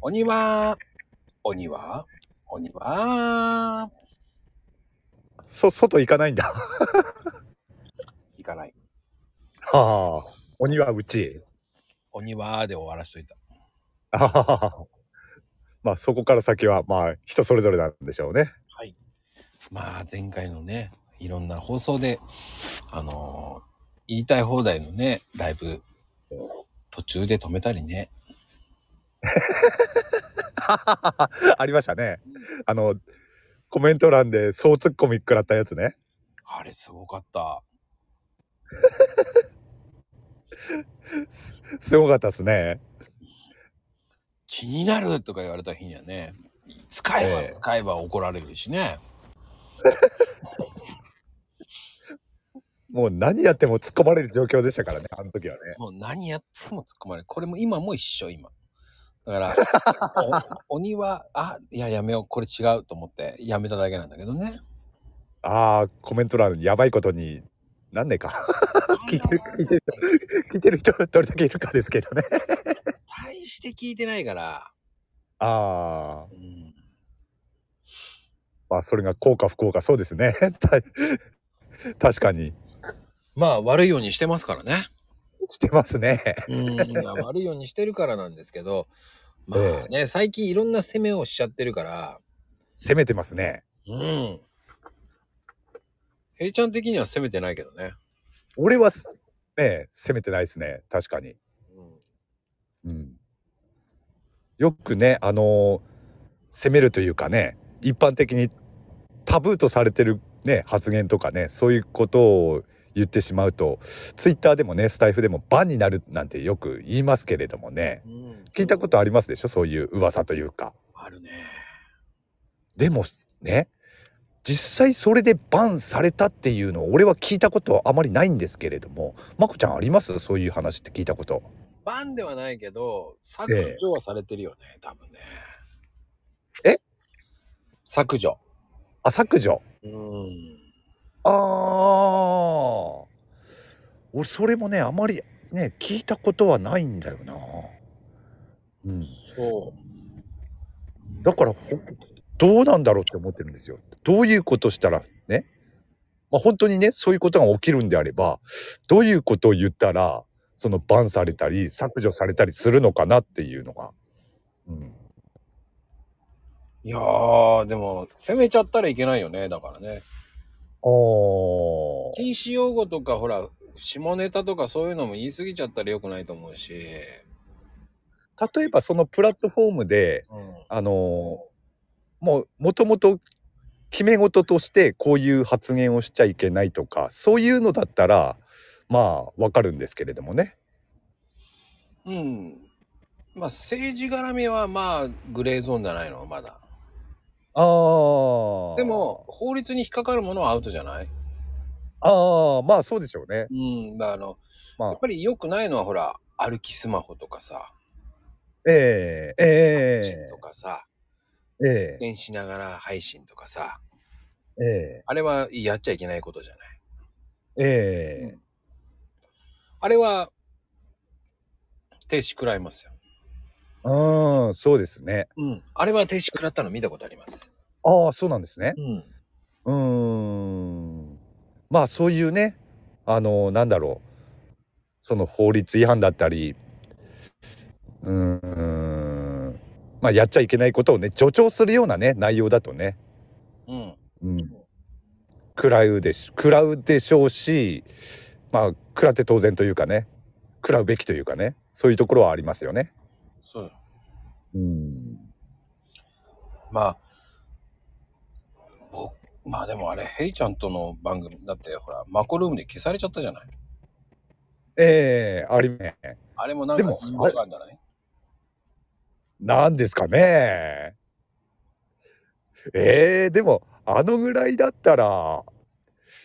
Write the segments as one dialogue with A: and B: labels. A: 鬼は、鬼は、鬼は、
B: そ、外行かないん だ。
A: 行かない。
B: ああ。鬼はうち。
A: 鬼はで終わらしといた。
B: あはははまあ、そこから先は、まあ、人それぞれなんでしょうね。
A: はい。まあ、前回のね、いろんな放送で、あのー言いたい放題のね、ライブ、途中で止めたりね。
B: ありましたね。あの、コメント欄で総ツッコミ食らったやつね。
A: あれ、すごかった。
B: すごかったですね。
A: 気になるとか言われた日にはね、使えば
B: ええ
A: 使えば怒られるしね。
B: もう何やっても突っ込まれる状況でしたからね、あの時はね。
A: もう何やっても突っ込まれる。これも今も一緒、今。だから、 お鬼は、あ、いや、やめよう。これ違うと思って、やめただけなんだけどね。
B: ああ、コメント欄やばいことになんねえか。 聞いてる、聞いてる人、聞いてる人どれだけいるかですけどね。
A: 大して聞いてないから。
B: ああ、
A: うん
B: まあそれが効か不効か、そうですね。 た確かに。
A: まあ、悪いようにしてますからね。
B: してますね。
A: うん、まあ悪いようにしてるからなんですけ ど、まあね、最近いろんな攻めをしちゃってるから、
B: 攻めてますね。
A: うん。平ちゃん的には攻めてないけどね。
B: 俺はす、ね、攻めてないですね。確かに。
A: うん
B: うん。よくね、あのー攻めるというかね、一般的にタブーとされてるね、発言とかね、そういうことを言ってしまうと、ツイッターでもね、スタイフでもバンになるなんてよく言いますけれどもね、
A: うん。
B: 聞いたことありますでしょそういう噂というか。
A: あるね。
B: でもね実際それでバンされたっていうのを俺は聞いたことはあまりないんですけれどもまこちゃんありますそういう話って聞いたこと
A: バンではないけど、削除はされてるよね、多分ね。
B: え
A: 削除。
B: あ削除
A: うん。
B: あー俺それもねあまりね聞いたことはないんだよなうん
A: そう。
B: だからほどうなんだろうって思ってるんですよどういうことしたらねまあ本当にねそういうことが起きるんであればどういうことを言ったらそのバンされたり削除されたりするのかなっていうのが、うん、
A: いやー、でも、攻めちゃったらいけないよね、だからね。
B: あ
A: 禁止用語とか、ほら、下ネタとかそういうのも言い過ぎちゃったら良くないと思うし。
B: あ例えばそのプラットフォームで
A: うん。
B: あのーもうもともと決め事としてこういう発言をしちゃいけないとかそういうのだったらまあわかるんですけれどもね
A: うん。まあ、政治絡みはまあ、グレーゾーンじゃないの、まだ。
B: ああ
A: でも、法律に引っかかるものはアウトじゃない
B: ああ、まあそうでしょうね。
A: うん。だからあの、
B: まあ
A: やっぱり良くないのは、ほら、歩きスマホとかさ、
B: ええええ
A: とかさ、
B: ええ
A: 運転しながら配信とかさ、
B: ええ
A: あれはやっちゃいけないことじゃない。
B: ええ
A: あれは、停止食らいますよ。
B: うん、そうですね。
A: うん。あれは停止食らったの見たことあります。
B: ああ、そうなんですね。
A: うん。
B: うーん。まあそういうね、あの、なんだろう。その法律違反だったり、うーん。まあやっちゃいけないことをね、助長するようなね、内容だとね、
A: うん。
B: うん。食らうでし、食らうでしょうし、まあ食らって当然というかね、食らうべきというかね、そういうところはありますよね。
A: そうよ。
B: うん
A: まあ、僕、まあでもあれ、ヘイちゃんとの番組、だってほら、マコルームで消されちゃったじゃない。
B: ええありね。
A: あれもなんか
B: でも
A: 陰謀があるんじゃない
B: なんですかね。ええでも、あのぐらいだったら、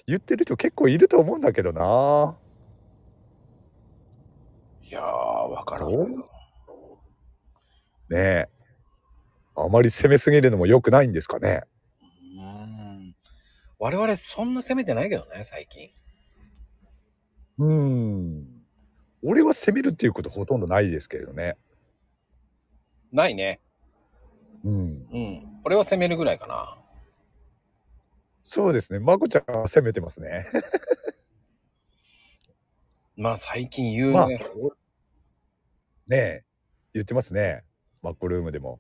B: 言ってる人結構いると思うんだけどな。
A: いやー、わからんけど。
B: どうねえ。あまり攻めすぎるのも良くないんですかね。
A: うーん。我々そんな攻めてないけどね、最近。
B: うん。俺は攻めるっていうことほとんどないですけれどね。
A: ないね。うん。俺は攻めるぐらいかな。
B: そうですね。まこちゃんは攻めてますね。
A: まあ最近有
B: まあ
A: 名、
B: ねえ。言ってますね。マッコルームでも。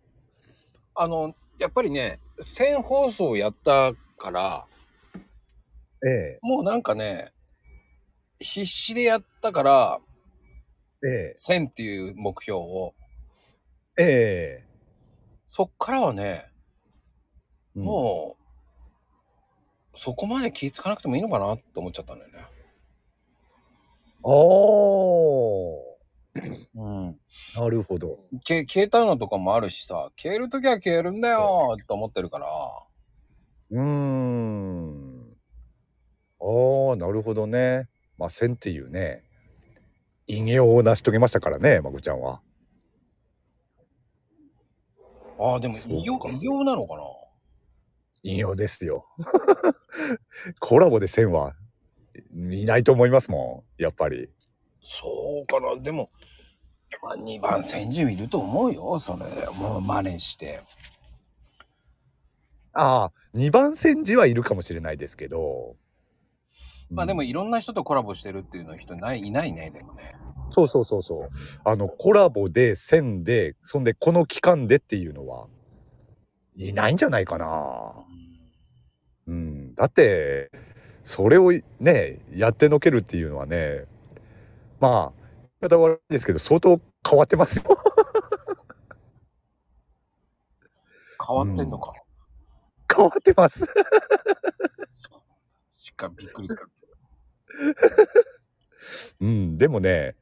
A: あ、の、やっぱりね、1000放送やったから、
B: え
A: もうなんかね、必死でやったから、
B: え、え
A: 1000っていう目標を、
B: え、え
A: そっからはね、
B: え。
A: もう、そこまで気ぃつかなくてもいいのかなって思っちゃったんだよね。
B: うん。お
A: うん。
B: ー。なるほど。
A: け消えたのとかもあるしさ消える時は消えるんだよと思ってるから
B: うーん。ああ、なるほどね。まあ、千っていうね、偉業を成し遂げましたからね、まこちゃんは。
A: ああでも
B: そうか
A: 異様異様なのかな
B: 偉業ですよ。 コラボで千はいないと思いますもん、やっぱり。
A: そうかなでもまあ2番千人いると思うよそれもう真似して
B: ああ、二番千字はいるかもしれないですけど。
A: まあでも
B: うん
A: いろんな人とコラボしてるっていうの人ないいないねでもね
B: そうそうそうそう。あの、コラボで、千で、そんで、この期間でっていうのは、いないんじゃないかな。うん、だってそれをねやってのけるっていうのはねまあ言い方悪いですけど相当変わってますよ
A: 変わってんのか、
B: 変わってます
A: しっかりびっくりだ
B: うんでもね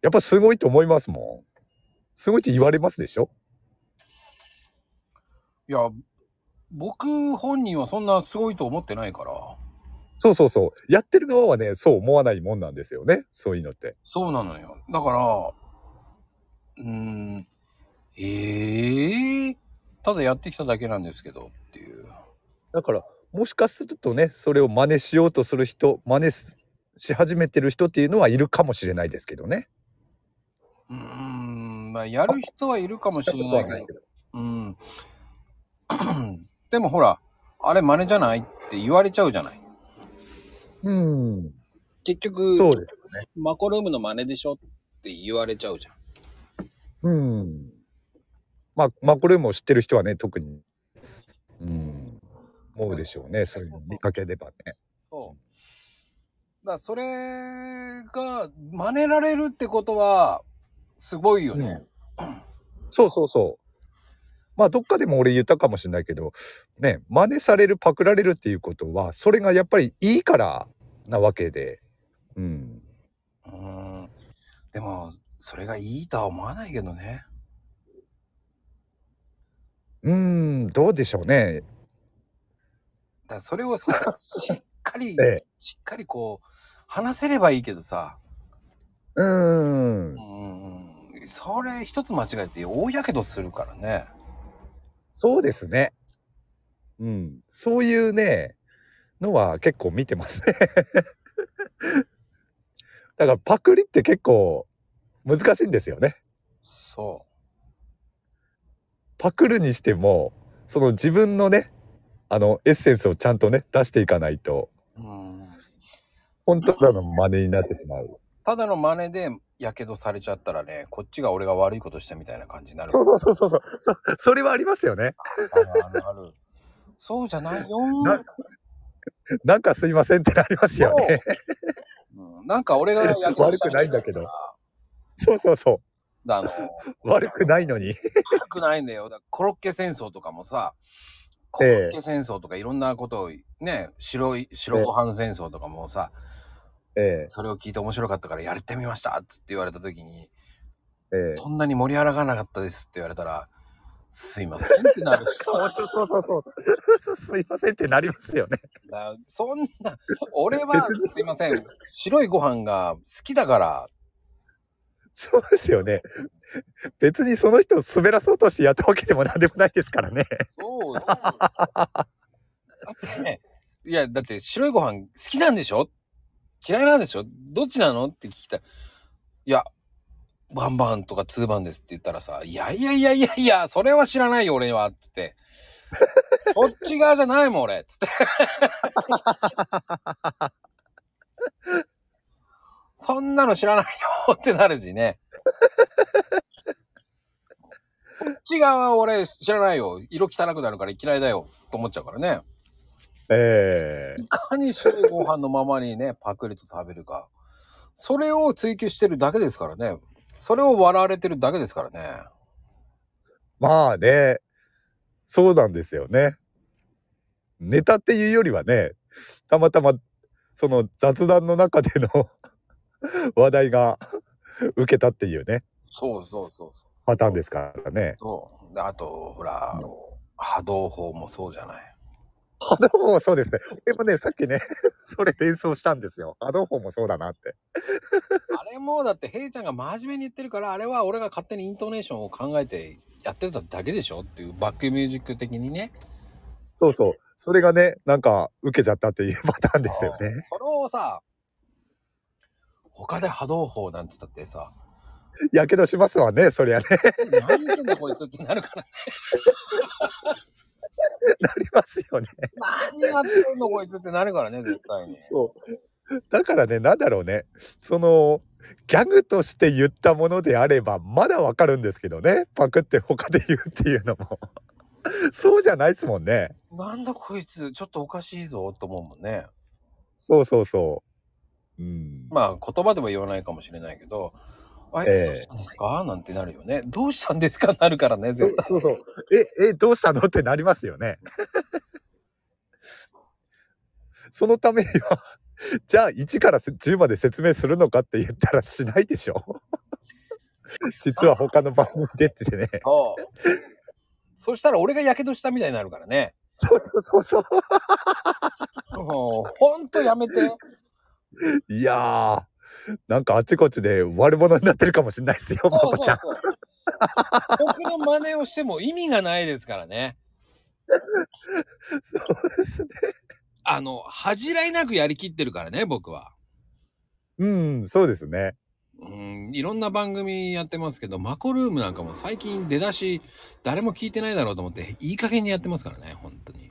B: やっぱすごいと思いますもんすごいって言われますでしょ
A: いや僕本人はそんなすごいと思ってないから
B: そうそうそうやってる側はねそう思わないもんなんですよねそういうのって
A: そうなのよ。だから、うーん、ええただやってきただけなんですけどっていう。
B: だからもしかするとねそれを真似しようとする人真似すし始めてる人っていうのはいるかもしれないですけどね
A: うーん、まあ、やる人はいるかもしれないけど、うん。 でもほら、あれ真似じゃないって言われちゃうじゃない。
B: うん
A: 結局、
B: そうです
A: マコルームの真似でしょって言われちゃうじゃん。
B: うん。まあ、マコルームを知ってる人はね、特に、うん、思うでしょうね。そういうの見かければね。
A: そう。だからそれが真似られるってことは、すごいよね。
B: うんそうそうそう。まあ、どっかでも俺言ったかもしれないけど、ね、真似される、パクられるっていうことは、それがやっぱりいいからなわけで、うん。
A: うーんでも、それがいいとは思わないけどね。
B: うん、どうでしょうね。
A: だからそれを さ、しっかり、
B: ええ
A: しっかりこう、話せればいいけどさ、
B: うん
A: う。ーん、それ一つ間違えて大やけどするからね。
B: そうですね。うん。そういうね、のは結構見てますね。 だからパクリって結構難しいんですよね。
A: そ
B: パクるにしても、その自分のね、あのエッセンスをちゃんとね、出していかないと、
A: う。うーん。
B: 本当ただの真似になってしまう。
A: ただの真似でやけどされちゃったらね、こっちが俺が悪いことしたみたいな感じになる。
B: そうそうそうそうそう。そそれはありますよね。
A: あるあるある。そうじゃないよー
B: ななんかすいませんってなりますよね。
A: うん、なんか俺がやけどしたみた
B: 悪くないんだけど そうそうそ
A: だあの、
B: う。悪くないのに。
A: 悪くないんだよ。だからコロッケ戦争とかもさ、コロッケ戦争とかいろんなことをね、白い、白ご飯戦争とかもさ、
B: ええ
A: それを聞いて面白かったからやってみましたっつって言われた時に、
B: ええ
A: そんなに盛り上がらなかったですって言われたら、すいませんってなるしさ、
B: そうそうそうそう。 すいませんってなりますよね。
A: だそんな、俺はすいません、白いご飯が好きだから、
B: そうですよね。別にその人を滑らそうとしてやったわけでも何でもないですからね。
A: そうだ。だってね、いや、だって白いご飯好きなんでしょ嫌いなんでしょどっちなのって聞きたい。いや、ワンバンとかツーバンですって言ったらさ、いやいやいやいやいや、それは知らないよ俺は、つって。そっち側じゃないもん俺、つって。そんなの知らないよってなるしね。こっち側は俺知らないよ。色汚くなるから嫌いだよ。と思っちゃうからね。
B: ええ
A: いかに白いご飯のままにね、 パクリと食べるか。それを追求してるだけですからね。それを笑われてるだけですからね。
B: まあねそうなんですよねネタっていうよりはねたまたまその雑談の中での 話題が受けたっていうね
A: そうそうそうそう。
B: パターンですからね。
A: そう。であと、ほら、あの波動砲もそうじゃない。
B: 波動砲そうですね。でもね、さっきね、 それ連想したんですよ。波動砲もそうだなって。
A: あれもだって、ヘイちゃんが真面目に言ってるから、あれは俺が勝手にイントネーションを考えてやってただけでしょっていうバックミュージック的にね。
B: そうそう。それがね、なんか受けちゃったっていうパターンですよ
A: そう
B: ね。
A: それをさ、他で波動砲なんつったって さ、
B: やけどしますわね、そりゃね。
A: 何言ってんだこいつってなる から、
B: なりますよね。
A: 何やってんのこいつってなるからね、絶対に。
B: そう。だからね、なんだろうね。その、ギャグとして言ったものであれば、まだわかるんですけどね。パクって他で言うっていうのも。 そうじゃないですもんね。
A: なんだこいつ、ちょっとおかしいぞと思うもんね。
B: そうそうそう。うん。
A: まあ言葉では言わないかもしれないけど、あれ、
B: ええ
A: どうしたんですかなんてなるよね。どうしたんですかなるからね、
B: そ
A: 絶
B: う
A: 対。
B: そうそう。え、え、どうしたのってなりますよね。 そのためには、 じゃあ1から10まで説明するのかって言ったらしないでしょ。 実は他の番組出ててね。
A: そう。そしたら俺がやけどしたみたいになるからね。
B: そうそうそうそ
A: もう、ほんとやめ て。
B: う。いやー、なんかあちこちで悪者になってるかもしれないですよ、マ
A: そう
B: マ
A: そう
B: ち
A: そ
B: ゃ
A: う。僕の真似をしても意味がないですからね。
B: ん。そうですね。
A: あの、恥じらいなくやりきってるからね、僕は。
B: うん、そうですね。
A: うん、いろんな番組やってますけど、マコルームなんかも最近出だし、誰も聞いてないだろうと思って、いい加減にやってますからね、本当に。
B: ね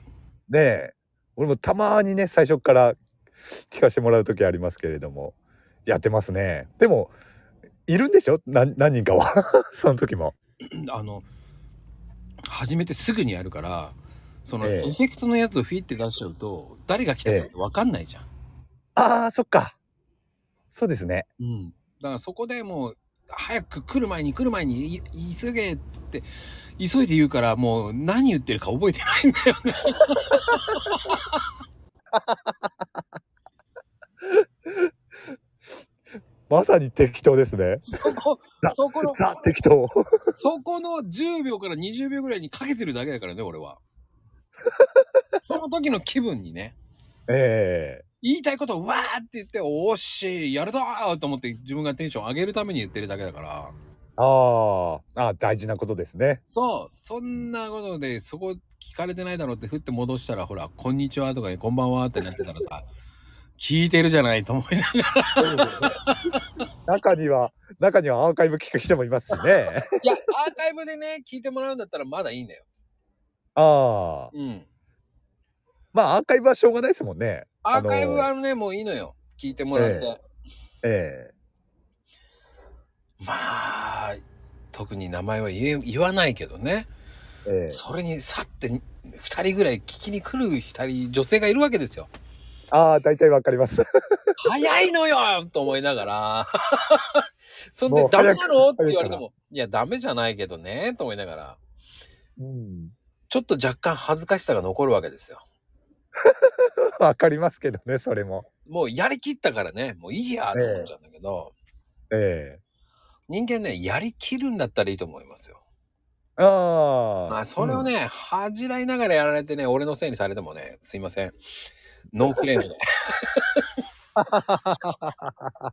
B: え。俺もたまにね、最初から聞かせてもらう時ありますけれども、やってますね。でも、いるんでしょな何人かは。 その時も。
A: あの始めてすぐにやるからそのエ
B: え
A: フ
B: え
A: ェクトのやつをフィって出しちゃうと誰が来たかって分かんないじゃん、
B: ああ、そっか。そうですね。
A: うん、だからそこでもう早く来る前に来る前にい急げって言って急いで言うからもう何言ってるか覚えてないんだよね
B: まさに適当ですね。
A: そこ そこの
B: ザ適当。
A: そこの10秒から20秒ぐらいにかけてるだけだからね俺 はその時の気分にね
B: ええ
A: 言いたいことをわーって言って、おーっしー、やるぞーと思って自分がテンション上げるために言ってるだけだから。
B: あーあー、大事なことですね。
A: そう、そんなことで、そこ聞かれてないだろうって振って戻したら、ほら、こんにちはとか、こんばんはってなってたらさ、聞いてるじゃないと思いながら、
B: 中には中にはアーカイブ聞く人もいますしね。
A: いや、アーカイブでね、聞いてもらうんだったらまだいいんだよ。
B: ああ、
A: うん。
B: まあアーカイブはしょうがないですもんね。
A: アーカイブ
B: あ
A: はね、もういいのよ。聞いてもらって。
B: えのえ
A: まあ、特に名前は言え言わないけどね。
B: えええ
A: それにさって、二人ぐらい聞きに来る二人、女性がいるわけですよ。
B: ああ、大体わかります。
A: 早いのよと思いながら。 そん
B: も
A: で
B: う、
A: ダメ
B: 早く
A: なのって
B: 早く
A: 言われても、いや、ダメじゃないけどね、と思いながら、
B: うん、
A: ちょっと若干恥ずかしさが残るわけですよ。
B: わかりますけどね、それも。
A: もうやりきったからね、もういいや、と思っちゃうんだけど、
B: え
A: 人間ね、やりきるんだったらいいと思いますよ。
B: えああ。
A: まあ、それを
B: ね、
A: ね、恥じらいながらやられてね、俺のせいにされてもね、すいません。ノークレームで。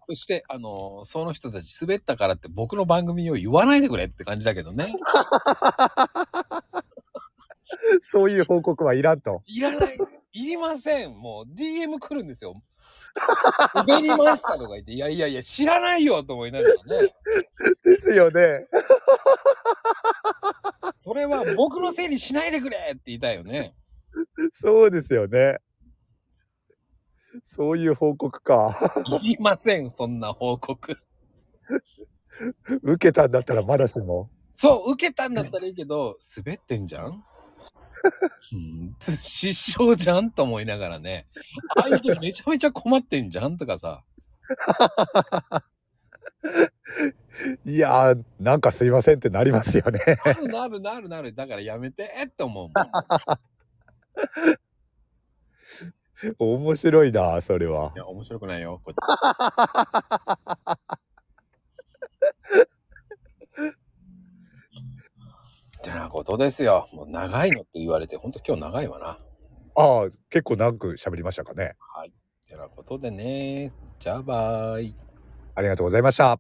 A: そして、あのその人たち滑ったからって僕の番組を言わないでくれって感じだけどね。
B: そういう報告はいらんと。
A: いらない。いりません。もう DM 来るんですよ。滑りましたとか言って、いやいやいや、知らないよと思いながらね。
B: ですよね。
A: それは僕のせいにしないでくれって言いたいよね。
B: そうですよね。そういう報告か。
A: いりません、そんな報告。
B: 受けたんだったらまだしも。
A: そう、受けたんだったらいいけど、滑ってんじゃんうん失笑じゃんと思いながらね。相手めちゃめちゃ困ってんじゃんとかさ。
B: いやー、なんかすいませんってなりますよね。
A: なるなるなるなる。だからやめてって思うもん。。
B: 面白いな、それはい
A: や、面白くないよ。こっち。ってなことですよ。もう長いのって言われて、ほんと今日長いわな。っ
B: ああ、結構長く喋りましたかね。
A: てなことでね。じゃあバイ。
B: ありがとうございました。